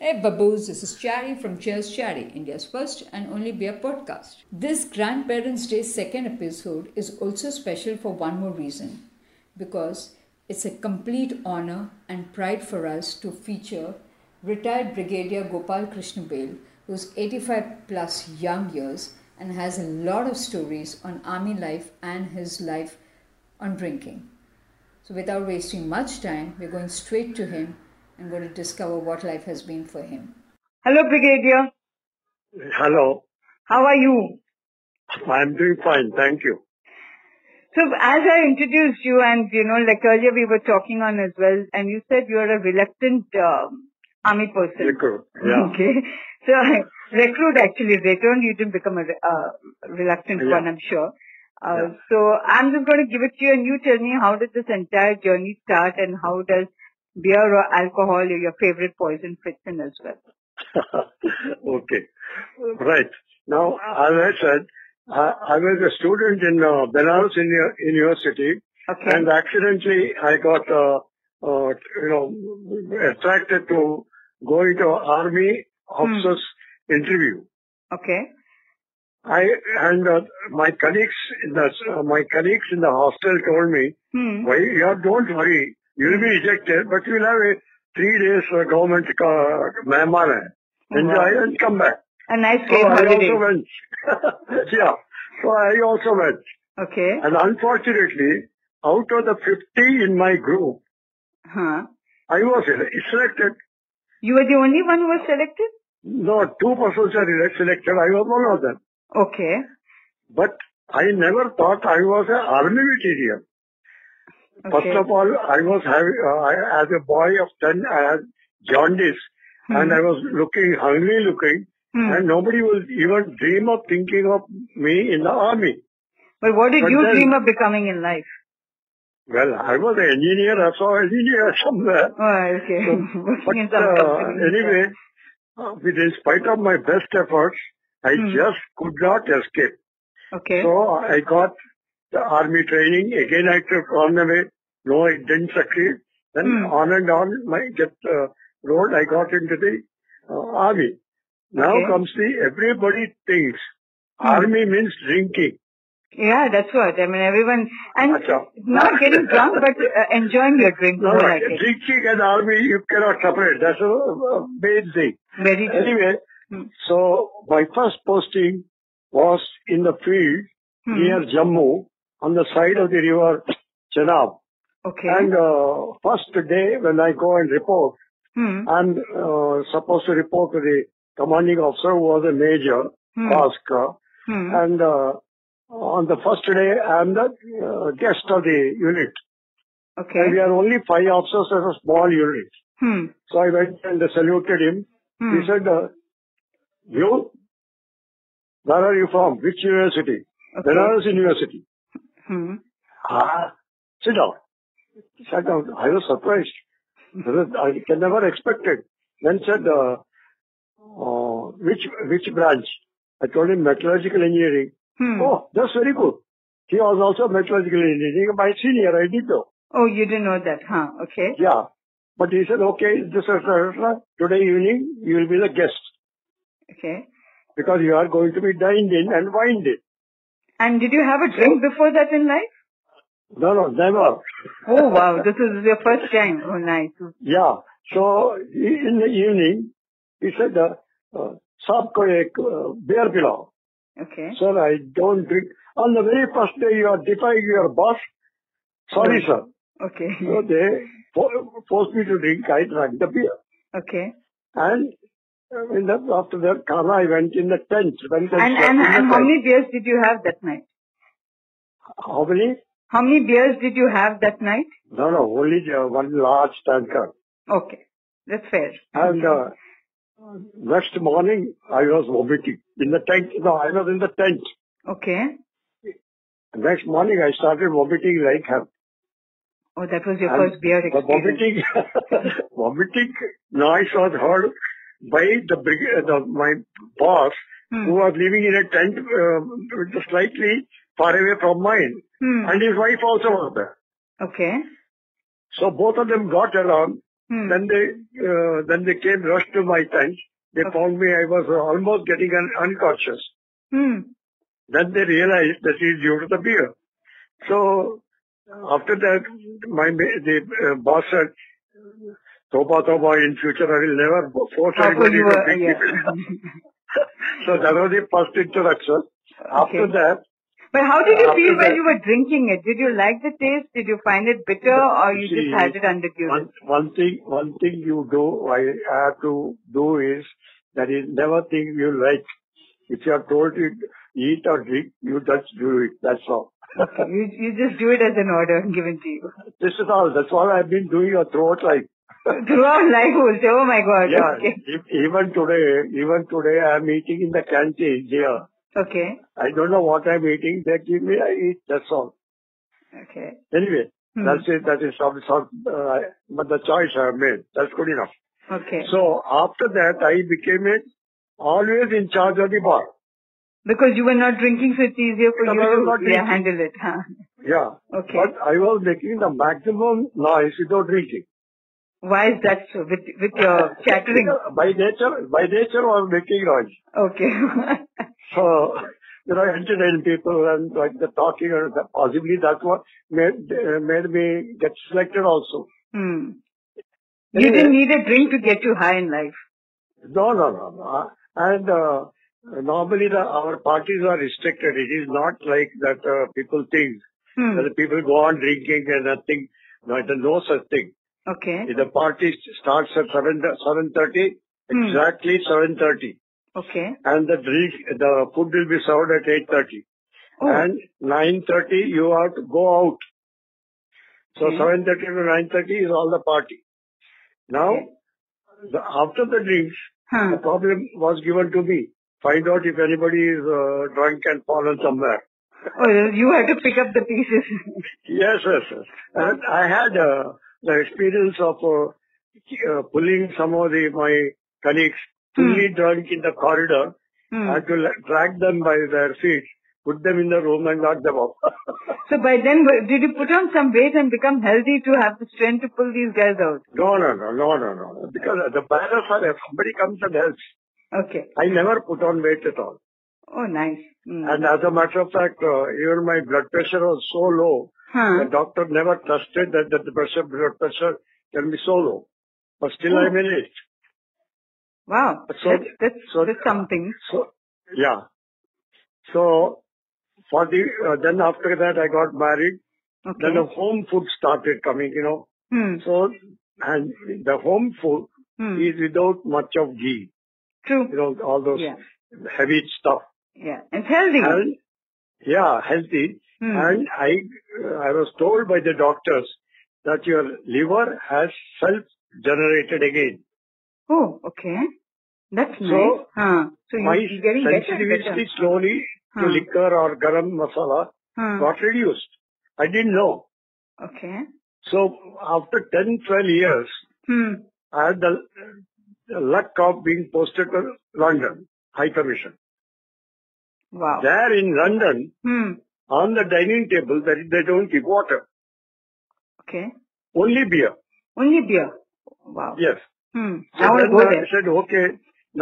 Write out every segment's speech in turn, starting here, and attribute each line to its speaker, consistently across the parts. Speaker 1: Hey baboos, this is Chari from Cheers Chari, India's first and only beer podcast. This Grandparents' Day second episode is also special for one more reason because it's a complete honor and pride for us to feature retired Brigadier Gopal Krishna Bail, who's 85 plus young years and has a lot of stories on army life and his life on drinking. So, without wasting much time, we're going straight to him and going to discover what life has been for him.
Speaker 2: Hello, Brigadier.
Speaker 3: Hello.
Speaker 2: How are you?
Speaker 3: I'm doing fine. Thank you.
Speaker 2: So, as I introduced you, and you know, like earlier we were talking on as well, and you said you're a reluctant um, army person.
Speaker 3: Recruit. Yeah.
Speaker 2: Okay. So, recruit actually, later on you didn't become a re- uh, reluctant
Speaker 3: Yeah.
Speaker 2: one, I'm sure. Uh,
Speaker 3: Yeah.
Speaker 2: So, I'm just going to give it to you, and you tell me how did this entire journey start, and how does beer or alcohol or your favorite poison fits in as well?
Speaker 3: okay. Right. Now, as I said, I, I was a student in uh, Benares Uni- University
Speaker 2: Okay.
Speaker 3: and accidentally I got, uh, uh, you know, attracted to going to army officers interview.
Speaker 2: okay.
Speaker 3: I, and uh, my colleagues in the, uh, my colleagues in the hostel told me,
Speaker 2: Hmm.
Speaker 3: Why, yeah, don't worry. You'll be ejected, but you'll have a three days uh, government uh, mehman hai. Enjoy
Speaker 2: Wow.
Speaker 3: and come back.
Speaker 2: A nice
Speaker 3: So
Speaker 2: game
Speaker 3: oh, I
Speaker 2: holiday.
Speaker 3: also went. yeah. So I also went.
Speaker 2: Okay.
Speaker 3: And unfortunately, out of the 50 in my group,
Speaker 2: Huh.
Speaker 3: I was ele- selected.
Speaker 2: You were the only one who was selected?
Speaker 3: No, two persons are ele- selected. I was one of them.
Speaker 2: Okay.
Speaker 3: But I never thought I was an army veteran.
Speaker 2: Okay.
Speaker 3: First of all, I was having, uh, I, as a boy of 10, I had jaundice and I was looking, hungry looking
Speaker 2: Hmm.
Speaker 3: and nobody was even dream of thinking of me in the army.
Speaker 2: But what did
Speaker 3: But
Speaker 2: you
Speaker 3: then-
Speaker 2: dream of becoming in life?
Speaker 3: Well, I was an engineer, I saw engineer somewhere.
Speaker 2: Oh, okay.
Speaker 3: But
Speaker 2: Working in some
Speaker 3: uh,
Speaker 2: company.
Speaker 3: anyway, uh, with in spite of my best efforts, I
Speaker 2: Hmm.
Speaker 3: just could not escape.
Speaker 2: Okay.
Speaker 3: So I got the army training. Again, I took on the way. No, it didn't succeed. Then
Speaker 2: Hmm.
Speaker 3: on and on, my get uh, road, I got into the uh, army. Now
Speaker 2: Okay.
Speaker 3: comes the everybody thinks
Speaker 2: Hmm.
Speaker 3: army means drinking.
Speaker 2: Yeah, that's what. I mean, everyone, and
Speaker 3: Acha.
Speaker 2: not getting drunk, but uh, enjoying your drink.
Speaker 3: No,
Speaker 2: more
Speaker 3: no,
Speaker 2: like it.
Speaker 3: drinking and army you cannot separate. That's a, a main thing.
Speaker 2: Very good.
Speaker 3: Anyway,
Speaker 2: Hmm.
Speaker 3: so my first posting was in the field
Speaker 2: Hmm.
Speaker 3: near Jammu on the side of the river Chenab.
Speaker 2: Okay.
Speaker 3: And uh, first day when I go and report,
Speaker 2: hmm.
Speaker 3: I'm uh, supposed to report to the commanding officer who was a major,
Speaker 2: Hmm.
Speaker 3: Bhaskar.
Speaker 2: Hmm.
Speaker 3: And uh, on the first day, I'm the uh, guest of the unit. And we
Speaker 2: Okay.
Speaker 3: are only five officers as a small unit.
Speaker 2: Hmm.
Speaker 3: So I went and saluted him.
Speaker 2: Hmm.
Speaker 3: He said, uh, you, where are you from? Which university?
Speaker 2: Okay.
Speaker 3: Benares University.
Speaker 2: Hmm.
Speaker 3: Ah, sit down. He sat down. I was surprised. I can never expect it. Then said, uh, uh, which, which branch? I told him metallurgical engineering.
Speaker 2: Hmm. Oh.
Speaker 3: Oh, that's very good. He was also metallurgical engineering, my senior, I did know.
Speaker 2: Oh, you didn't know that, huh? Okay.
Speaker 3: Yeah. But he said, okay, this is, uh, today evening you will be the guest
Speaker 2: Okay.
Speaker 3: because you are going to be dined in and wined in.
Speaker 2: And did you have a drink before that in life?
Speaker 3: No, no, never.
Speaker 2: Oh wow, this is your first time. Oh nice.
Speaker 3: Yeah. So he- in the evening, he said, uh, uh, "Saab ko ek uh, beer pilao."
Speaker 2: Okay.
Speaker 3: Sir, I don't drink. On the very first day, you are defying your boss. Sorry,
Speaker 2: Hmm.
Speaker 3: sir.
Speaker 2: Okay.
Speaker 3: So they fo- forced me to drink. I drank the beer.
Speaker 2: Okay.
Speaker 3: And uh, in the, after that, Kana, I went in the tent. Went
Speaker 2: And
Speaker 3: slept
Speaker 2: and
Speaker 3: in the
Speaker 2: and how
Speaker 3: tent.
Speaker 2: many beers did you have that night?
Speaker 3: How many?
Speaker 2: How many beers did you have that night?
Speaker 3: No, no, only uh, one large tanker.
Speaker 2: Okay. That's fair.
Speaker 3: And uh,
Speaker 2: Hmm.
Speaker 3: next morning, I was vomiting in the tent. No, I was in the tent.
Speaker 2: Okay.
Speaker 3: Next morning, I started vomiting like hell.
Speaker 2: Oh, that was your
Speaker 3: And
Speaker 2: first beer
Speaker 3: the
Speaker 2: experience.
Speaker 3: vomiting, vomiting noise was heard by the big, the, my boss, who
Speaker 2: Hmm.
Speaker 3: was living in a tent uh, slightly far away from mine,
Speaker 2: Hmm.
Speaker 3: and his wife also was there.
Speaker 2: Okay.
Speaker 3: So both of them got along,
Speaker 2: Hmm.
Speaker 3: Then they uh, then they came rushed to my tent. They
Speaker 2: Okay.
Speaker 3: found me. I was uh, almost getting un- unconscious.
Speaker 2: Hmm.
Speaker 3: Then they realized that it is due to the beer. So after that, my ma- the uh, boss said, "Toba, toba. In future, I will never force
Speaker 2: How could
Speaker 3: anybody
Speaker 2: you,
Speaker 3: to
Speaker 2: uh,
Speaker 3: drink."
Speaker 2: yeah.
Speaker 3: beer." so that was the first introduction. After
Speaker 2: Okay.
Speaker 3: that,
Speaker 2: But how did you
Speaker 3: After
Speaker 2: feel when
Speaker 3: that-
Speaker 2: you were drinking it? Did you like the taste? Did you find it bitter or you
Speaker 3: See,
Speaker 2: just had it under
Speaker 3: One
Speaker 2: duress?
Speaker 3: one thing one thing you do, I have to do is that is never think you like. If you are told to eat or drink, you just do it. That's all.
Speaker 2: Okay. You, you just do it as an order given to you.
Speaker 3: This is all. That's all I've been doing your throat life.
Speaker 2: Throughout life, also. Oh my God.
Speaker 3: Yeah.
Speaker 2: Okay.
Speaker 3: e- Even today, even today, I'm eating in the canteen here.
Speaker 2: Okay.
Speaker 3: I don't know what I'm eating. They give me, I eat. That's all.
Speaker 2: Okay.
Speaker 3: Anyway,
Speaker 2: Hmm.
Speaker 3: that's it. That is some sort, uh, but the choice I've made. That's good enough.
Speaker 2: Okay.
Speaker 3: So after that, I became a, always in charge of the bar.
Speaker 2: Because you were not drinking, so it's easier for
Speaker 3: No,
Speaker 2: you
Speaker 3: we were not
Speaker 2: to yeah,
Speaker 3: drinking.
Speaker 2: handle it. Huh?
Speaker 3: Yeah.
Speaker 2: Okay.
Speaker 3: But I was making the maximum noise without drinking.
Speaker 2: Why is that so? With, with your chattering.
Speaker 3: Because by nature, by nature I was making noise.
Speaker 2: Okay.
Speaker 3: So, you know, entertaining people and like the talking or the, possibly that's what made, uh, made me get selected also.
Speaker 2: hmm. You didn't need a drink to get you high in life.
Speaker 3: No, no, no. no. And uh, normally the, our parties are restricted. It is not like that uh, people think.
Speaker 2: Hmm.
Speaker 3: That the people go on drinking and nothing. No, there's no such thing.
Speaker 2: Okay.
Speaker 3: If the party starts at 7, 7.30,
Speaker 2: Hmm.
Speaker 3: exactly 7.30.
Speaker 2: Okay.
Speaker 3: And the drink, the food will be served at 8.30.
Speaker 2: Oh.
Speaker 3: And 9.30 you have to go out. So
Speaker 2: Okay.
Speaker 3: 7.30 to 9.30 is all the party. Now,
Speaker 2: Okay.
Speaker 3: the, after the drinks,
Speaker 2: Huh.
Speaker 3: the problem was given to me. Find out if anybody is uh, drunk and fallen somewhere.
Speaker 2: Oh, you had to pick up the pieces.
Speaker 3: Yes, yes, yes. And I had uh, the experience of uh, uh, pulling some of the, my colleagues fully drunk in the corridor.
Speaker 2: Hmm.
Speaker 3: I had to la- drag them by their feet, put them in the room and lock them up.
Speaker 2: So by then, were- did you put on some weight and become healthy to have the strength to pull these guys out?
Speaker 3: no, no, no, no, no, no. Because the barriers are, if somebody comes and helps,
Speaker 2: Okay.
Speaker 3: I never put on weight at all.
Speaker 2: Oh, nice. Hmm.
Speaker 3: And as a matter of fact, uh, even my blood pressure was so low,
Speaker 2: Huh.
Speaker 3: the doctor never trusted that, that the pressure, blood pressure can be so low. But still I
Speaker 2: Oh.
Speaker 3: managed.
Speaker 2: Wow.
Speaker 3: So-
Speaker 2: that's, that's,
Speaker 3: so-
Speaker 2: that's something.
Speaker 3: So, yeah. So, for the, uh, then after that I got married.
Speaker 2: Okay.
Speaker 3: Then the home food started coming, you know.
Speaker 2: Hmm.
Speaker 3: So, and the home food
Speaker 2: Hmm.
Speaker 3: is without much of ghee,
Speaker 2: True.
Speaker 3: you know, all those
Speaker 2: Yeah.
Speaker 3: heavy stuff.
Speaker 2: Yeah. And healthy.
Speaker 3: And yeah, healthy.
Speaker 2: Hmm.
Speaker 3: And I, I was told by the doctors that your liver has self-generated again.
Speaker 2: Oh, okay. That's nice.
Speaker 3: So,
Speaker 2: huh. So
Speaker 3: My
Speaker 2: you- you're getting better and better. Hmm.
Speaker 3: sensitivity slowly to
Speaker 2: Huh.
Speaker 3: liquor or garam masala
Speaker 2: Huh.
Speaker 3: got reduced. I didn't know.
Speaker 2: Okay.
Speaker 3: So after 10, 12 years,
Speaker 2: Hmm.
Speaker 3: I had the the luck of being posted to London, High Commission.
Speaker 2: Wow.
Speaker 3: There in London,
Speaker 2: Hmm.
Speaker 3: on the dining table, they they don't give water,
Speaker 2: Okay.
Speaker 3: only beer.
Speaker 2: Only beer. Wow.
Speaker 3: Yes.
Speaker 2: Hmm.
Speaker 3: So
Speaker 2: I want to
Speaker 3: then
Speaker 2: go
Speaker 3: I
Speaker 2: there.
Speaker 3: said, "Okay,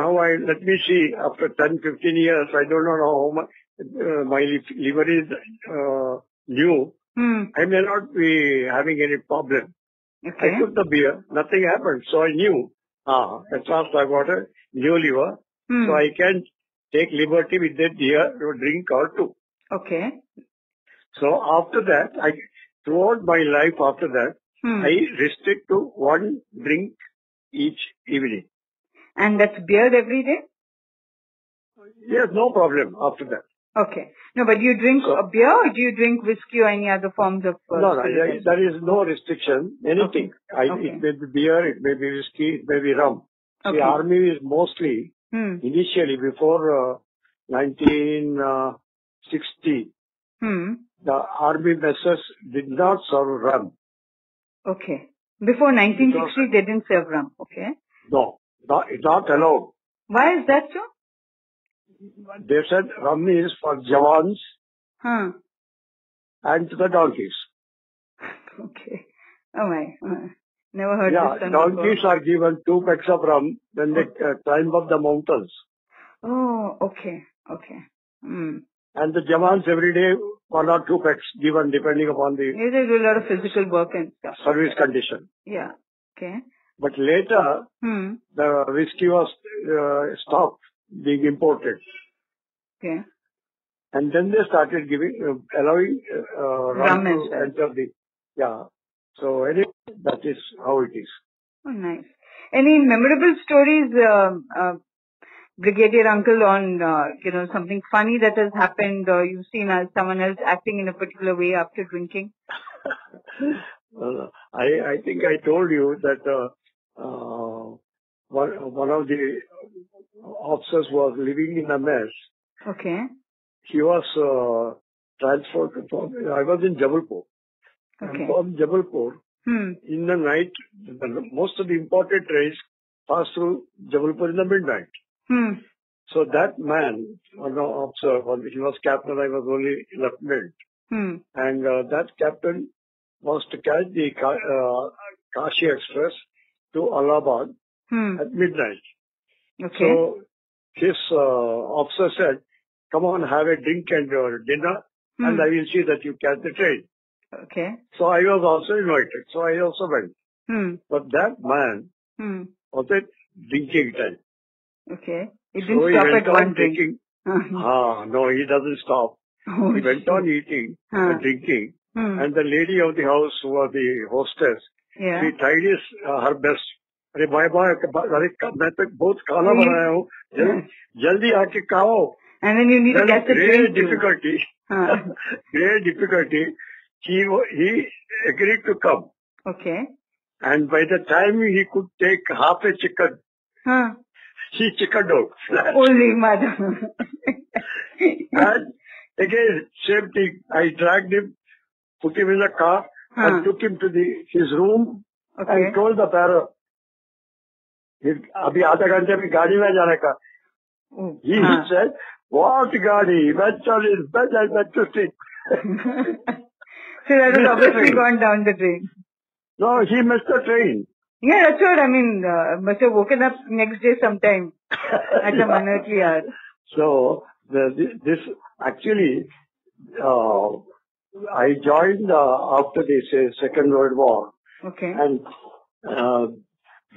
Speaker 3: now I let me see. After 10, 15 years, I don't know how much uh, my li- liver is uh, new.
Speaker 2: Hmm.
Speaker 3: I may not be having any problem."
Speaker 2: Okay.
Speaker 3: I took the beer, nothing happened. So I knew, ah, at last I got a new liver,
Speaker 2: Hmm.
Speaker 3: so I can take liberty with that beer or drink or two.
Speaker 2: Okay.
Speaker 3: So after that, I throughout my life after that,
Speaker 2: Hmm.
Speaker 3: I restrict to one drink each evening.
Speaker 2: And that's beer every day?
Speaker 3: Yes, no problem after that.
Speaker 2: Okay. No, but you drink
Speaker 3: So-
Speaker 2: a beer or do you drink whiskey or any other forms of uh,
Speaker 3: No, no,
Speaker 2: spirit
Speaker 3: there
Speaker 2: also?
Speaker 3: there is no restriction, anything. I,
Speaker 2: Okay.
Speaker 3: It may be beer, it may be whiskey, it may be rum.
Speaker 2: Okay.
Speaker 3: The army is mostly
Speaker 2: Hmm.
Speaker 3: initially before uh, 1960,
Speaker 2: Hmm.
Speaker 3: the army messes did not serve rum.
Speaker 2: Okay. Before 1960, they didn't serve rum. Okay.
Speaker 3: No, not, it's not allowed.
Speaker 2: Why is that so?
Speaker 3: They said rum is for jawans
Speaker 2: Huh.
Speaker 3: and the donkeys.
Speaker 2: Okay. Oh my. Uh, Never heard
Speaker 3: Yeah,
Speaker 2: this term
Speaker 3: donkeys
Speaker 2: before.
Speaker 3: are given two pecks of rum, then they uh, climb up the mountains.
Speaker 2: Oh, okay, okay. Hmm.
Speaker 3: And the Jawans every day, one or two pecks given depending upon the
Speaker 2: Yeah, they do a lot of physical work and stuff.
Speaker 3: service condition.
Speaker 2: Yeah. Okay.
Speaker 3: But later,
Speaker 2: Hmm.
Speaker 3: the whiskey was uh, stopped being imported.
Speaker 2: Okay.
Speaker 3: And then they started giving, uh, allowing uh, uh, rum
Speaker 2: Rum
Speaker 3: to
Speaker 2: as well.
Speaker 3: enter the, yeah. So anyway, that is how it is.
Speaker 2: Oh, nice. Any memorable stories, um uh, Brigadier Uncle, on uh, you know something funny that has happened, or you've seen uh, someone else acting in a particular way after drinking?
Speaker 3: Uh, I I think I told you that uh, uh, one one of the officers was living in a mess.
Speaker 2: Okay.
Speaker 3: He was uh, transferred from. I was in Jabalpur.
Speaker 2: Okay.
Speaker 3: From Jabalpur,
Speaker 2: Hmm.
Speaker 3: in the night, the- most of the imported trains pass through Jabalpur in the midnight.
Speaker 2: Hmm.
Speaker 3: So that man, one officer, one- he was captain, I was only lieutenant.
Speaker 2: Hmm.
Speaker 3: and uh, that captain was to catch the Ka- uh, Kashi Express to Allahabad
Speaker 2: Hmm.
Speaker 3: at midnight.
Speaker 2: Okay.
Speaker 3: Uh, So his uh, officer said, "Come on, have a drink and uh, dinner, and
Speaker 2: Hmm.
Speaker 3: I will see that you catch the train."
Speaker 2: Okay.
Speaker 3: So I was also invited, so I also went.
Speaker 2: Hmm.
Speaker 3: But that man
Speaker 2: Hmm.
Speaker 3: was at drinking time.
Speaker 2: Okay. It didn't
Speaker 3: So he
Speaker 2: stop
Speaker 3: went
Speaker 2: at one drink.
Speaker 3: on
Speaker 2: Hmm.
Speaker 3: drinking. Ah, no, he doesn't stop.
Speaker 2: Uh-huh. oh,
Speaker 3: He went on eating
Speaker 2: Huh.
Speaker 3: and drinking,
Speaker 2: Hmm.
Speaker 3: and the lady of the house, who was the hostess,
Speaker 2: yeah.
Speaker 3: she tried his, uh, her best अरे bye bye अरे का- मैं तो बहुत खाना
Speaker 2: Hmm.
Speaker 3: बनाया हूँ जल्दी जल्दी आके खाओ
Speaker 2: And then you need to catch the
Speaker 3: great
Speaker 2: train. too. Uh,
Speaker 3: difficulty
Speaker 2: Huh.
Speaker 3: Great difficulty he he agreed to come
Speaker 2: Okay.
Speaker 3: And by the time he could take half a chicken
Speaker 2: Huh.
Speaker 3: He chicken dog
Speaker 2: Holy mother.
Speaker 3: And again, same thing. I dragged him, put him in the car,
Speaker 2: Huh.
Speaker 3: and took him to the his room
Speaker 2: Okay.
Speaker 3: and told the parrot, "Ye- अभी आधा घंटे में गाड़ी में जाने का
Speaker 2: Oh,
Speaker 3: he
Speaker 2: huh.
Speaker 3: Said what गाड़ी venture is better than to see
Speaker 2: so that has obviously gone down the drain.
Speaker 3: No he miss the train
Speaker 2: Yeah, that's what I mean. Uh, must have woken up next day sometime at a monetary hour.
Speaker 3: so the, this actually uh, I joined uh, after the se- second world war
Speaker 2: Okay.
Speaker 3: And uh,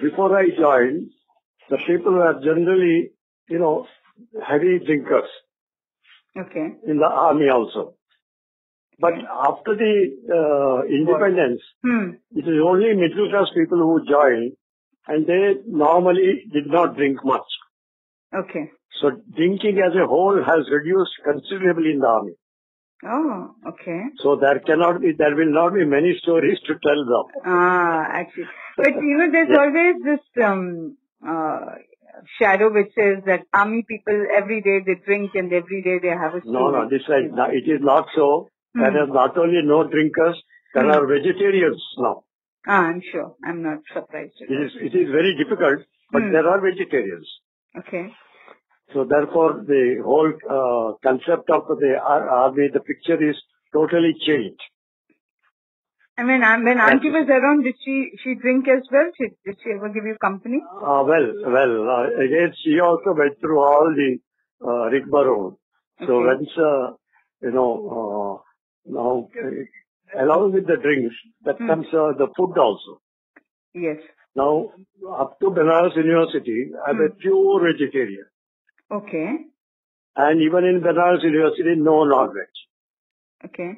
Speaker 3: before I joined, the people were generally, you know, heavy drinkers
Speaker 2: Okay.
Speaker 3: in the army also. But after the uh, independence,
Speaker 2: Hmm.
Speaker 3: it is only middle class people who joined, and they normally did not drink much.
Speaker 2: Okay.
Speaker 3: So drinking as a whole has reduced considerably in the army.
Speaker 2: Oh, okay.
Speaker 3: So there cannot be, there will not be many stories to tell now.
Speaker 2: Ah, actually. But you know, there's
Speaker 3: Yeah.
Speaker 2: always this um, uh, shadow which says that army people every day they drink and every day they have a
Speaker 3: No,
Speaker 2: story.
Speaker 3: no, this is not, it is not so.
Speaker 2: Hmm.
Speaker 3: There are not only no drinkers, there
Speaker 2: Hmm.
Speaker 3: are vegetarians now.
Speaker 2: Ah, I'm sure. I'm not surprised. At
Speaker 3: It
Speaker 2: all.
Speaker 3: is, it is very difficult, but
Speaker 2: Hmm.
Speaker 3: there are vegetarians.
Speaker 2: Okay.
Speaker 3: So therefore, the whole uh, concept of the ar- army, the picture is totally changed.
Speaker 2: I mean, um, when
Speaker 3: That's
Speaker 2: auntie
Speaker 3: it.
Speaker 2: was around, did she she drink as well? She, did she ever give you company?
Speaker 3: Uh, well, well, uh, again, she also went through all the uh, rigmarole. So
Speaker 2: Okay.
Speaker 3: once, uh, you know, uh, now, uh, along with the drinks, that
Speaker 2: Hmm.
Speaker 3: comes uh, the food also.
Speaker 2: Yes.
Speaker 3: Now, up to Benares University, I'm a
Speaker 2: Hmm.
Speaker 3: pure vegetarian.
Speaker 2: Okay.
Speaker 3: And even in Benares University, no non-veg.
Speaker 2: Okay.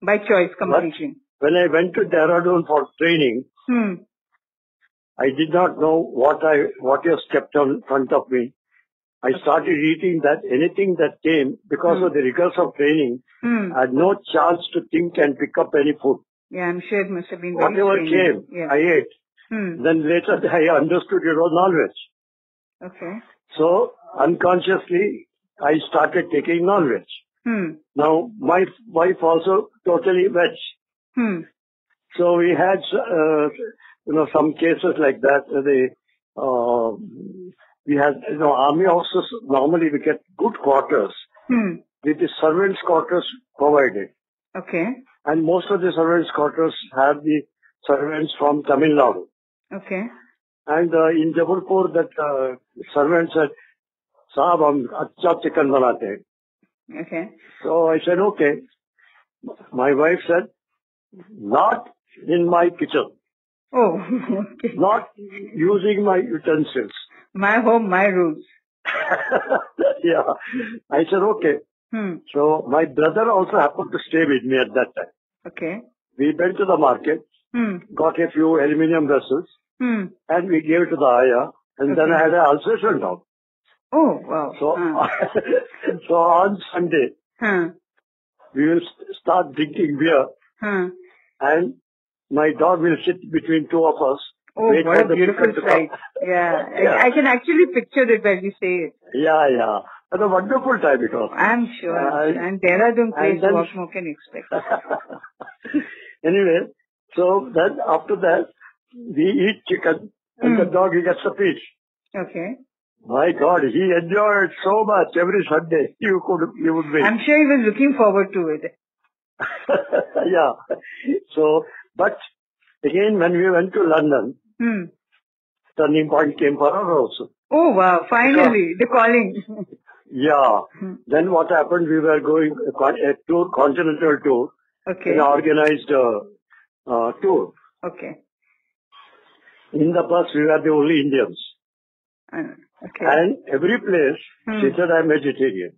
Speaker 2: By choice, completely.
Speaker 3: When I went to Dehradun for training,
Speaker 2: Hmm.
Speaker 3: I did not know what I what was kept on front of me. I started eating that anything that came because of the rigors of training.
Speaker 2: Hmm.
Speaker 3: I had no chance to think and pick up any food.
Speaker 2: Yeah, I'm sure it must have been very
Speaker 3: Whatever
Speaker 2: strange.
Speaker 3: came,
Speaker 2: Yeah.
Speaker 3: I ate.
Speaker 2: hmm.
Speaker 3: Then later I understood it was non-veg.
Speaker 2: Okay.
Speaker 3: So unconsciously, I started taking non-veg.
Speaker 2: Hmm.
Speaker 3: Now, my wife also totally veg.
Speaker 2: Hmm.
Speaker 3: So we had, uh, you know, some cases like that. uh, The, uh, we had, you know, army officers, normally we get good quarters
Speaker 2: Hmm.
Speaker 3: with the servants' quarters provided.
Speaker 2: Okay.
Speaker 3: And most of the servants' quarters have the servants from Tamil Nadu.
Speaker 2: Okay.
Speaker 3: And uh, in Jabalpur, that uh, servant said, "Saab, हम अच्छा chicken बनाते हैं."
Speaker 2: Okay.
Speaker 3: So I said, "Okay." My wife said, "Not in my kitchen,
Speaker 2: Oh, okay.
Speaker 3: not using my utensils."
Speaker 2: My home, my rules.
Speaker 3: yeah. I said, "Okay."
Speaker 2: Hmm.
Speaker 3: So my brother also happened to stay with me at that time.
Speaker 2: Okay.
Speaker 3: We went to the market,
Speaker 2: Hmm.
Speaker 3: got a few aluminium vessels,
Speaker 2: Hmm.
Speaker 3: and we gave it to the ayah. And then I had an ulceration down.
Speaker 2: Oh, wow.
Speaker 3: So, uh,
Speaker 2: Huh.
Speaker 3: so on Sunday,
Speaker 2: Huh.
Speaker 3: we will s- start drinking beer
Speaker 2: Huh.
Speaker 3: and my dog will sit between two of us.
Speaker 2: Oh,
Speaker 3: wait
Speaker 2: what
Speaker 3: for
Speaker 2: a
Speaker 3: the
Speaker 2: beautiful
Speaker 3: chicken to come.
Speaker 2: sight. Yeah.
Speaker 3: Yeah.
Speaker 2: I, I can actually picture it when you say it.
Speaker 3: Yeah, yeah. And a wonderful time it was.
Speaker 2: I'm sure.
Speaker 3: Uh,
Speaker 2: and Dehradun place,
Speaker 3: and then- Uh,
Speaker 2: what more can you expect?
Speaker 3: anyway, so then after that, we eat chicken and the
Speaker 2: Hmm.
Speaker 3: dog he gets a piece.
Speaker 2: Okay.
Speaker 3: My God, he enjoyed so much every Sunday. You could, you would wait.
Speaker 2: I'm sure he was looking forward to it.
Speaker 3: yeah. So, but again, when we went to London,
Speaker 2: Hmm.
Speaker 3: turning point came for us also.
Speaker 2: Oh, wow. Finally, the calling.
Speaker 3: Yeah.
Speaker 2: Hmm.
Speaker 3: Then what happened? We were going a, con- a tour, continental tour,
Speaker 2: Okay.
Speaker 3: an organized uh, uh, tour.
Speaker 2: Okay.
Speaker 3: In the bus, we were the only Indians.
Speaker 2: Uh, okay.
Speaker 3: And every place,
Speaker 2: Hmm.
Speaker 3: she said, I'm vegetarian.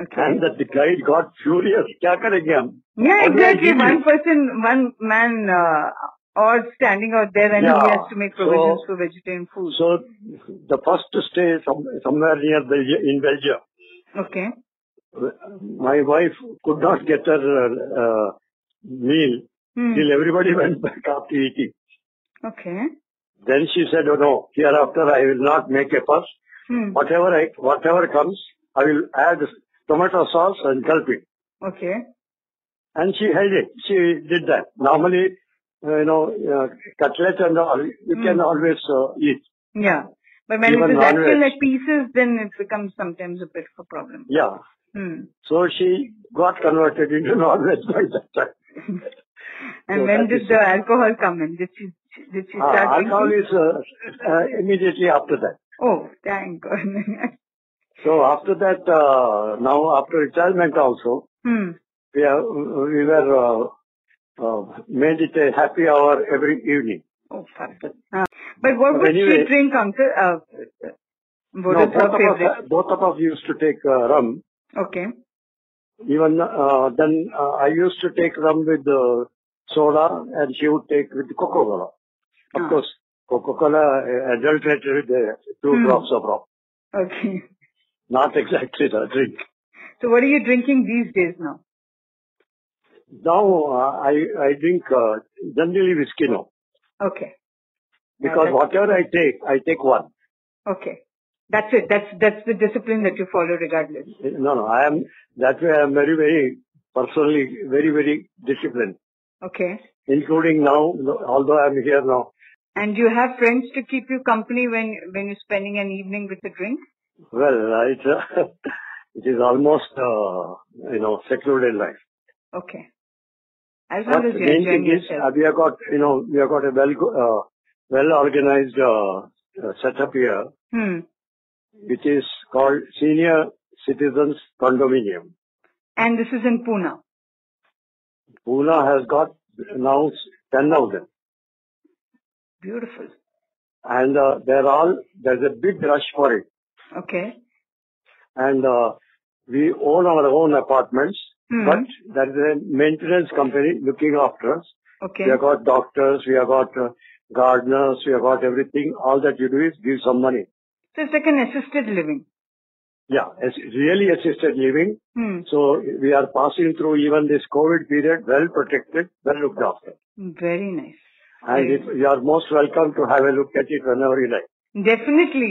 Speaker 2: okay.
Speaker 3: And that the guide got furious. Kya karenge hum?
Speaker 2: Yeah,
Speaker 3: What do I
Speaker 2: exactly.
Speaker 3: give
Speaker 2: One
Speaker 3: you?
Speaker 2: person, one man, uh, odd standing out there and he
Speaker 3: Yeah.
Speaker 2: has to make provisions
Speaker 3: So-
Speaker 2: for vegetarian food.
Speaker 3: So the first stay some, somewhere near Belgium, in Belgium.
Speaker 2: okay.
Speaker 3: My wife could not get her uh, uh, meal
Speaker 2: Hmm.
Speaker 3: till everybody went back after eating.
Speaker 2: Okay.
Speaker 3: Then she said, "Oh no, hereafter I will not make a fuss.
Speaker 2: Hmm.
Speaker 3: Whatever I, whatever comes, I will add tomato sauce and help it."
Speaker 2: Okay.
Speaker 3: And she held it. She did that. Normally, uh, you know, uh, cutlet and all, you
Speaker 2: Hmm.
Speaker 3: can always uh, eat.
Speaker 2: Yeah. But when
Speaker 3: Even
Speaker 2: it is actual
Speaker 3: non-veg.
Speaker 2: like pieces, then it becomes sometimes a bit of a problem.
Speaker 3: Yeah.
Speaker 2: Hmm.
Speaker 3: So she got converted into non-veg by that time.
Speaker 2: And
Speaker 3: So
Speaker 2: when
Speaker 3: that
Speaker 2: did
Speaker 3: is
Speaker 2: the
Speaker 3: it.
Speaker 2: alcohol come in? Did she, did she
Speaker 3: Uh,
Speaker 2: start
Speaker 3: alcohol
Speaker 2: drinking?
Speaker 3: is uh, uh, immediately after that.
Speaker 2: Oh, thank God.
Speaker 3: So after that, uh, now after retirement also,
Speaker 2: hmm.
Speaker 3: we, are, we were uh, uh, made it a happy hour every evening.
Speaker 2: Oh, perfect. Uh, but what
Speaker 3: But
Speaker 2: would
Speaker 3: anyway-
Speaker 2: she drink, Uncle? Uh, what
Speaker 3: No,
Speaker 2: is her
Speaker 3: both of
Speaker 2: favorite?
Speaker 3: us, both of us used to take uh, rum.
Speaker 2: Okay.
Speaker 3: Even uh, then, uh, I used to take rum with uh, soda, and she would take with Coca-Cola. Of
Speaker 2: Ah.
Speaker 3: course, Coca-Cola uh, adulterated with uh, two
Speaker 2: Hmm.
Speaker 3: drops of rum.
Speaker 2: Okay.
Speaker 3: Not exactly the drink.
Speaker 2: So what are you drinking these days now?
Speaker 3: Now uh, I I drink uh, generally whiskey now
Speaker 2: Okay. Yeah,
Speaker 3: because
Speaker 2: that's-
Speaker 3: whatever I take, I take one.
Speaker 2: Okay. That's it. That's that's the discipline that you follow regardless.
Speaker 3: No, no. I am that way. I am very, very personally very, very disciplined,
Speaker 2: Okay.
Speaker 3: including now. Although I'm here now,
Speaker 2: And you have friends to keep you company when when you're spending an evening with a drink?
Speaker 3: well, uh, it's uh, it is almost uh, you know secluded life.
Speaker 2: Okay. As long
Speaker 3: But
Speaker 2: as
Speaker 3: the
Speaker 2: you're
Speaker 3: main
Speaker 2: enjoying
Speaker 3: thing is uh,
Speaker 2: yourself.
Speaker 3: we have got you know we have got a well go- uh, well organized uh, uh, setup here,
Speaker 2: Hmm.
Speaker 3: which is called Senior Citizens Condominium.
Speaker 2: And this is in Pune.
Speaker 3: Pune has got now ten of them,
Speaker 2: Beautiful.
Speaker 3: and uh, they're all there's a big rush for it.
Speaker 2: Okay.
Speaker 3: and uh, we own our own apartments,
Speaker 2: Hmm.
Speaker 3: but there is a maintenance company looking after us.
Speaker 2: Okay.
Speaker 3: We have got doctors, we have got uh, gardeners, we have got everything. All that you do is give some money.
Speaker 2: So it's like an assisted living.
Speaker 3: Yeah, it's really assisted living.
Speaker 2: Hmm.
Speaker 3: So we are passing through even this COVID period well protected, well looked after.
Speaker 2: Very nice.
Speaker 3: And if, you are most welcome to have a look at it whenever you like.
Speaker 2: Definitely.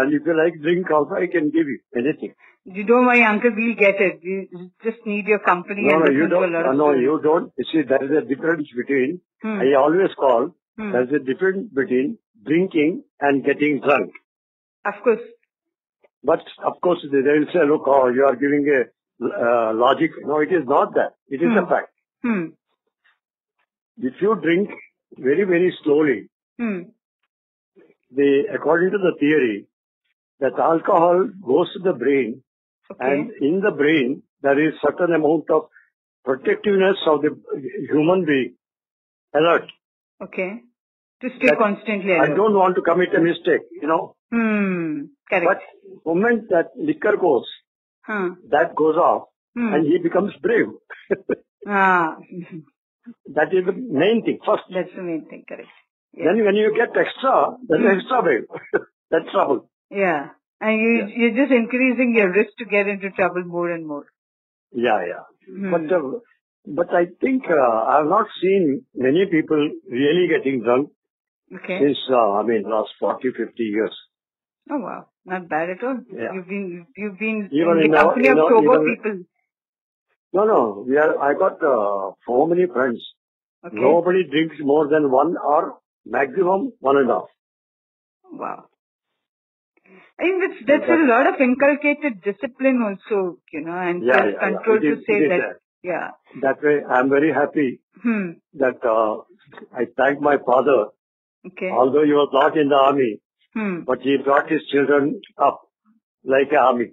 Speaker 3: And if you like drink also, I can give you anything.
Speaker 2: You don't worry, Uncle. We'll get it. You you just need your company
Speaker 3: No,
Speaker 2: and
Speaker 3: no, you
Speaker 2: listen to
Speaker 3: don't.
Speaker 2: a lot
Speaker 3: No,
Speaker 2: of
Speaker 3: no,
Speaker 2: stories.
Speaker 3: you don't. You see, there is a difference between,
Speaker 2: Hmm.
Speaker 3: I always call,
Speaker 2: Hmm.
Speaker 3: there's a difference between drinking and getting drunk.
Speaker 2: Of course.
Speaker 3: But of course, they will say, look, oh, you are giving a uh, logic. No, it is not that. It is
Speaker 2: Hmm.
Speaker 3: a fact.
Speaker 2: Hmm.
Speaker 3: If you drink very, very slowly,
Speaker 2: Hmm.
Speaker 3: The according to the theory, that alcohol goes to the brain,
Speaker 2: Okay.
Speaker 3: and in the brain there is certain amount of protectiveness of the human being, alert.
Speaker 2: Okay. To stay
Speaker 3: That-
Speaker 2: constantly
Speaker 3: I
Speaker 2: alert.
Speaker 3: don't want to commit a mistake, you know.
Speaker 2: Hmm. Correct.
Speaker 3: But moment that liquor goes,
Speaker 2: Huh.
Speaker 3: that goes off,
Speaker 2: Hmm.
Speaker 3: and he becomes brave.
Speaker 2: Ah.
Speaker 3: that is the main thing first.
Speaker 2: That's the main thing. Correct. Yeah.
Speaker 3: Then when you get extra, then
Speaker 2: Hmm.
Speaker 3: extra brave. That's trouble.
Speaker 2: Yeah. And you,
Speaker 3: Yeah.
Speaker 2: you're just increasing your risk to get into trouble more and more.
Speaker 3: Yeah, yeah.
Speaker 2: Hmm.
Speaker 3: But uh, but I think uh, I've not seen many people really getting drunk
Speaker 2: Okay.
Speaker 3: since uh, I mean last 40, 50 years.
Speaker 2: Oh wow, not bad at all.
Speaker 3: Yeah.
Speaker 2: You've been you've been
Speaker 3: Even
Speaker 2: in
Speaker 3: in
Speaker 2: the
Speaker 3: our-
Speaker 2: company
Speaker 3: in
Speaker 2: of
Speaker 3: our-
Speaker 2: sober
Speaker 3: even-
Speaker 2: people.
Speaker 3: No, no. We are. I got uh, so many friends.
Speaker 2: Okay.
Speaker 3: Nobody drinks more than one or maximum one and a half.
Speaker 2: Wow. I think that's that's a
Speaker 3: Exactly.
Speaker 2: lot of inculcated discipline also, you know, and
Speaker 3: Yeah,
Speaker 2: self
Speaker 3: yeah, yeah.
Speaker 2: control
Speaker 3: It
Speaker 2: to
Speaker 3: is-
Speaker 2: say
Speaker 3: it is
Speaker 2: that.
Speaker 3: there.
Speaker 2: Yeah.
Speaker 3: That way, I'm very happy
Speaker 2: Hmm.
Speaker 3: that uh, I thank my father.
Speaker 2: Okay.
Speaker 3: Although he was not in the army,
Speaker 2: Hmm.
Speaker 3: but he brought his children up like an army.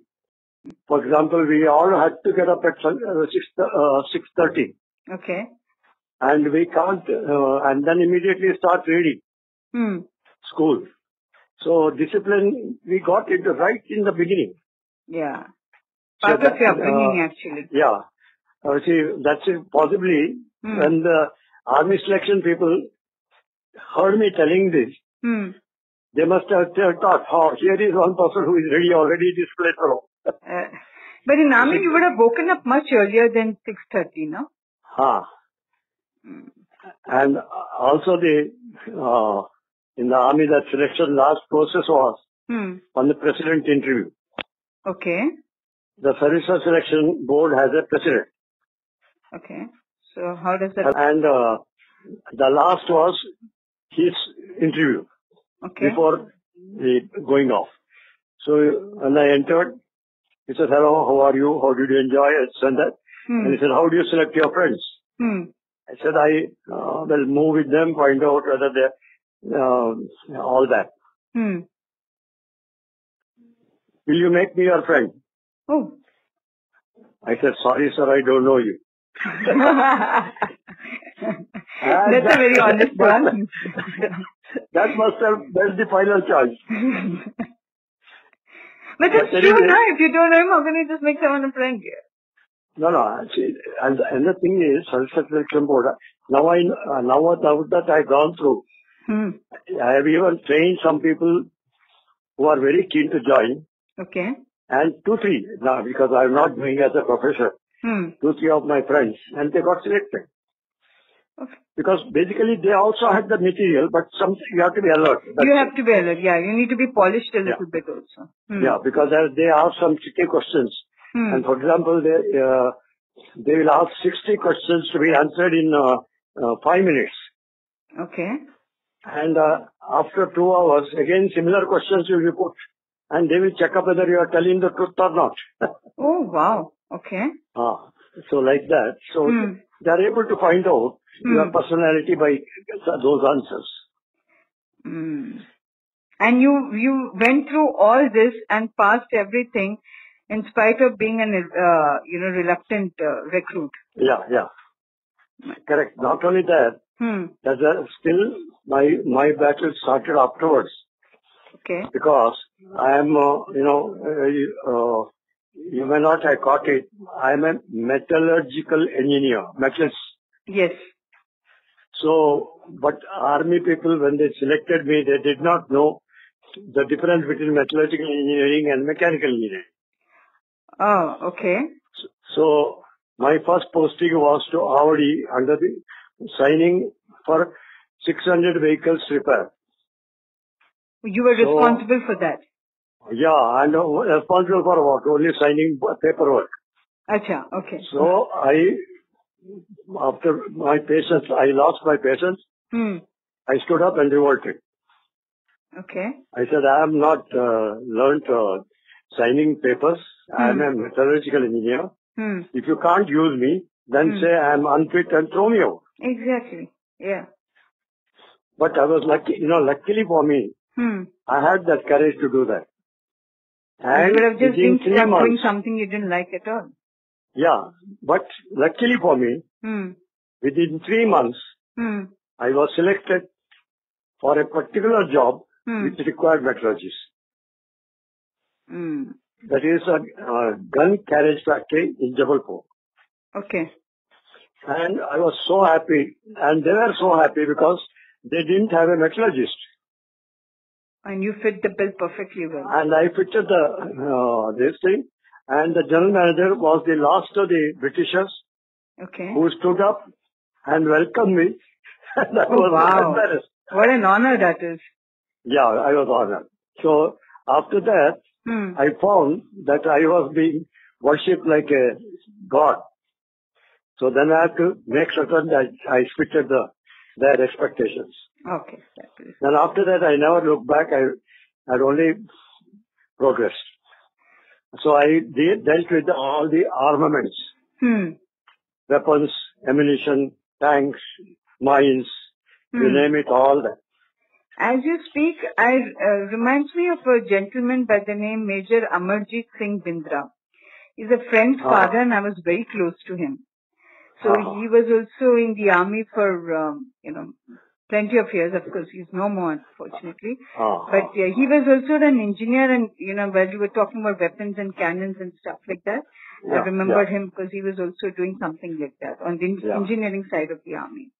Speaker 3: For example, we all had to get up at sun- uh, six uh, six thirty,
Speaker 2: Okay.
Speaker 3: and we can't, uh, and then immediately start reading
Speaker 2: Hmm.
Speaker 3: school. So discipline, we got it right in the beginning.
Speaker 2: Yeah.
Speaker 3: So
Speaker 2: Part of
Speaker 3: that,
Speaker 2: your
Speaker 3: uh,
Speaker 2: upbringing actually.
Speaker 3: Yeah. Uh, see, that's it. Possibly
Speaker 2: Hmm.
Speaker 3: when the army selection people heard me telling this,
Speaker 2: Hmm.
Speaker 3: they must have th- thought, "Oh, here is one person who is ready already displayed for all."
Speaker 2: Uh, but in army you would have woken up much earlier than six thirty, no?
Speaker 3: Ah.
Speaker 2: Hmm.
Speaker 3: And uh, also the uh, in the army that selection last process was
Speaker 2: Hmm.
Speaker 3: on the president interview.
Speaker 2: Okay.
Speaker 3: The servicer selection board has a president,
Speaker 2: Okay. So how does that?
Speaker 3: and uh, the last was his interview
Speaker 2: Okay.
Speaker 3: before the going off. So when I entered, he said, "Hello, how are you? How did you enjoy?" It's and that, and
Speaker 2: Hmm.
Speaker 3: he said, "How do you select your friends?"
Speaker 2: Hmm.
Speaker 3: I said, "I uh, will move with them, find out whether they uh, all that."
Speaker 2: Hmm.
Speaker 3: Will you make me your friend?
Speaker 2: Oh.
Speaker 3: I said, sorry, sir, I don't know you. Ah,
Speaker 2: That's a very honest one.
Speaker 3: that must have been the final choice.
Speaker 2: But
Speaker 3: But
Speaker 2: it's
Speaker 3: there
Speaker 2: true,
Speaker 3: is a-
Speaker 2: no? If you don't know him, how can you just make someone a friend? Yeah.
Speaker 3: No, no, see, and, and the thing is, Saraswati Selection Board, now I, uh, now what- now that I've gone through,
Speaker 2: Hmm.
Speaker 3: I have even trained some people who are very keen to join,
Speaker 2: Okay.
Speaker 3: and two, three, now because I'm not doing as a professor,
Speaker 2: Hmm.
Speaker 3: two, three of my friends, and they got selected.
Speaker 2: Okay.
Speaker 3: Because basically they also had the material, but some, you have to be alert. That's
Speaker 2: You
Speaker 3: it.
Speaker 2: have to be alert. Yeah, you need to be polished a little bit also. Hmm.
Speaker 3: Yeah, because there- they ask some tricky questions.
Speaker 2: Hmm.
Speaker 3: And for example, they uh, they will ask 60 questions to be answered in uh, uh, five minutes.
Speaker 2: Okay.
Speaker 3: And uh, after two hours, again, similar questions will be put, and they will check up whether you are telling the truth or not.
Speaker 2: Oh wow. Okay.
Speaker 3: Ah, So like that. So
Speaker 2: Hmm.
Speaker 3: they are able to find out your
Speaker 2: Hmm.
Speaker 3: personality by those answers.
Speaker 2: Hmm. And you you went through all this and passed everything, in spite of being an uh, you know reluctant uh, recruit.
Speaker 3: Yeah, yeah. Correct. Not only that,
Speaker 2: Hmm.
Speaker 3: there's a- still my my battle started afterwards.
Speaker 2: Okay.
Speaker 3: because I am, uh, you know, uh, you, uh, you may not have caught it. I am a metallurgical engineer, metals.
Speaker 2: Yes.
Speaker 3: So, but army people, when they selected me, they did not know the difference between metallurgical engineering and mechanical engineering.
Speaker 2: Oh, okay.
Speaker 3: So, my first posting was to Audi under the signing for 600 vehicles repair.
Speaker 2: You were
Speaker 3: So-
Speaker 2: responsible for that.
Speaker 3: Yeah, and uh, responsible for what? Only signing paperwork.
Speaker 2: Acha. Okay.
Speaker 3: So I, after my patience, I lost my patience.
Speaker 2: Hmm.
Speaker 3: I stood up and revolted.
Speaker 2: Okay.
Speaker 3: I said, I am not uh, learnt uh, signing papers. I am a metallurgical engineer.
Speaker 2: Hmm.
Speaker 3: If you can't use me, then
Speaker 2: Hmm.
Speaker 3: say I am unfit and throw me out.
Speaker 2: Exactly. Yeah.
Speaker 3: But I was lucky, you know, luckily for me,
Speaker 2: Hmm.
Speaker 3: I had that courage to do that.
Speaker 2: You
Speaker 3: And
Speaker 2: would have just been
Speaker 3: within three
Speaker 2: stuck doing
Speaker 3: months-
Speaker 2: something you didn't like at all.
Speaker 3: Yeah. But luckily for me,
Speaker 2: Hmm.
Speaker 3: within three months,
Speaker 2: Hmm.
Speaker 3: I was selected for a particular job
Speaker 2: Hmm.
Speaker 3: which required metrologists.
Speaker 2: Hmm.
Speaker 3: That is a uh, gun carriage factory in Jabalpur.
Speaker 2: Okay.
Speaker 3: And I was so happy, and they were so happy because they didn't have a metallurgist.
Speaker 2: And you fit the bill perfectly well.
Speaker 3: And I pictured the, uh, this thing, and the general manager was the last of the Britishers
Speaker 2: Okay.
Speaker 3: who stood up and welcomed me. and I
Speaker 2: Oh,
Speaker 3: was
Speaker 2: wow.
Speaker 3: embarrassed.
Speaker 2: What an honor that is.
Speaker 3: Yeah, I was honored. So after that,
Speaker 2: Hmm.
Speaker 3: I found that I was being worshipped like a god. So then I had to make certain that I fitted the, their expectations.
Speaker 2: Okay. fabulous.
Speaker 3: And after that, I never looked back. I had only progressed. So I did, dealt with all the armaments,
Speaker 2: Hmm.
Speaker 3: weapons, ammunition, tanks, mines, you
Speaker 2: Hmm.
Speaker 3: name it, all that.
Speaker 2: As you speak, I uh, reminds me of a gentleman by the name Major Amarjit Singh Bindra. He's a friend's
Speaker 3: Ah.
Speaker 2: father, and I was very close to him. So
Speaker 3: Ah.
Speaker 2: he was also in the army for um, you know plenty of years. Of course, he's no more, unfortunately.
Speaker 3: Ah.
Speaker 2: But uh, he was also an engineer, and you know, while you were talking about weapons and cannons and stuff like that, I
Speaker 3: Yeah,
Speaker 2: remembered
Speaker 3: yeah.
Speaker 2: him because he was also doing something like that on the en-
Speaker 3: Yeah.
Speaker 2: engineering side of the army.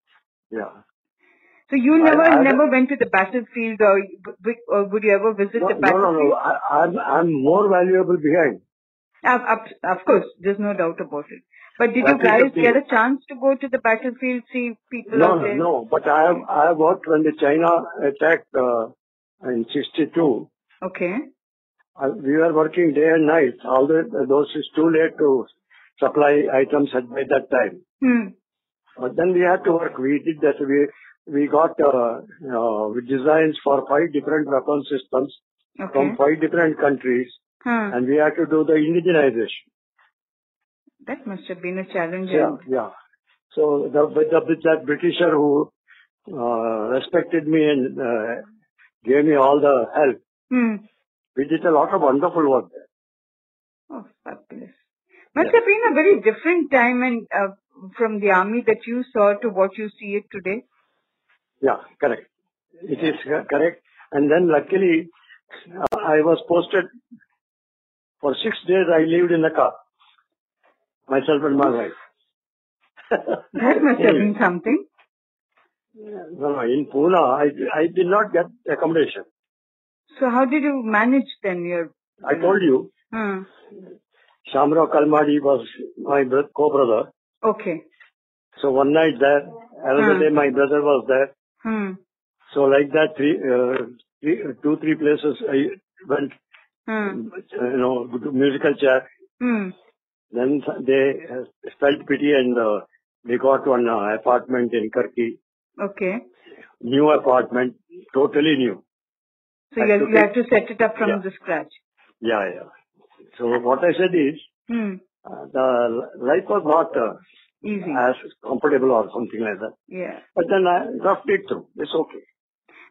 Speaker 3: Yeah.
Speaker 2: So you
Speaker 3: I-
Speaker 2: never,
Speaker 3: I-
Speaker 2: never went to the battlefield, or, you- w- or would you ever visit
Speaker 3: No,
Speaker 2: the
Speaker 3: no, no.
Speaker 2: battlefield?
Speaker 3: no. I, I'm, I'm more valuable behind.
Speaker 2: Of, of, of course, there's no doubt about it. But did you
Speaker 3: That is the
Speaker 2: guys
Speaker 3: thing.
Speaker 2: get a chance to go to the battlefield, see people
Speaker 3: No,
Speaker 2: out
Speaker 3: no,
Speaker 2: there?
Speaker 3: no. But I have, I have worked when the China attacked uh, in '62.
Speaker 2: Okay.
Speaker 3: I- We were working day and night, although those is too late to supply items at by that time.
Speaker 2: Hmm.
Speaker 3: But then we had to work. We did that. We we got uh, uh, designs for five different weapon systems
Speaker 2: Okay. Uh-huh.
Speaker 3: from five different countries,
Speaker 2: Huh.
Speaker 3: and we had to do the indigenization.
Speaker 2: That must have been a challenge.
Speaker 3: Yeah, yeah. So the, with the, with that Britisher who uh, respected me and uh, gave me all the help,
Speaker 2: Hmm.
Speaker 3: we did a lot of wonderful work there.
Speaker 2: Oh, fabulous. Must
Speaker 3: Yeah.
Speaker 2: have been a very different time and uh, from the army that you saw to what you see it today.
Speaker 3: Yeah, correct. It is uh, correct. And then luckily, uh, I was posted for six days. I lived in a car, myself and my wife.
Speaker 2: That must have been
Speaker 3: in,
Speaker 2: something.
Speaker 3: no, no, in Pune, I, I did not get accommodation.
Speaker 2: So how did you manage then your?
Speaker 3: I told you,
Speaker 2: Hmm.
Speaker 3: Shamrao Kalmadi was my bro- co-brother.
Speaker 2: Okay.
Speaker 3: So one night there, another
Speaker 2: Hmm.
Speaker 3: day my brother was there.
Speaker 2: Hmm.
Speaker 3: So like that, three, uh, three, two, three places I went,
Speaker 2: Hmm.
Speaker 3: you know, to musical chair.
Speaker 2: Hmm.
Speaker 3: Then they uh, felt pity and uh, they got one uh, apartment in Kirki,
Speaker 2: Okay.
Speaker 3: new apartment, totally new.
Speaker 2: So
Speaker 3: I
Speaker 2: you,
Speaker 3: took
Speaker 2: you
Speaker 3: it.
Speaker 2: have to set it up from
Speaker 3: Yeah.
Speaker 2: the scratch.
Speaker 3: Yeah, yeah. So what I said is,
Speaker 2: Hmm.
Speaker 3: uh, the life was not uh,
Speaker 2: Easy.
Speaker 3: as comfortable or something like that.
Speaker 2: yeah.
Speaker 3: But then I roughed it through. It's okay.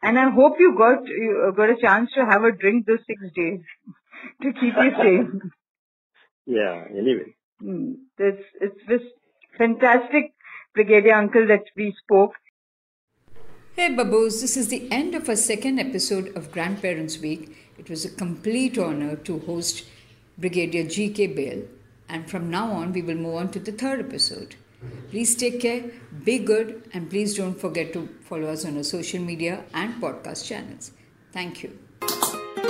Speaker 2: And I hope you got you got a chance to have a drink those six days to keep you sane.
Speaker 3: Yeah, anyway.
Speaker 2: Hmm. It's it's this fantastic brigadier uncle that we spoke.
Speaker 1: Hey Babos, this is the end of our second episode of Grandparents Week. It was a complete honor to host Brigadier G.K. Bale, and from now on, we will move on to the third episode. Please take care, be good, and please don't forget to follow us on our social media and podcast channels. Thank you.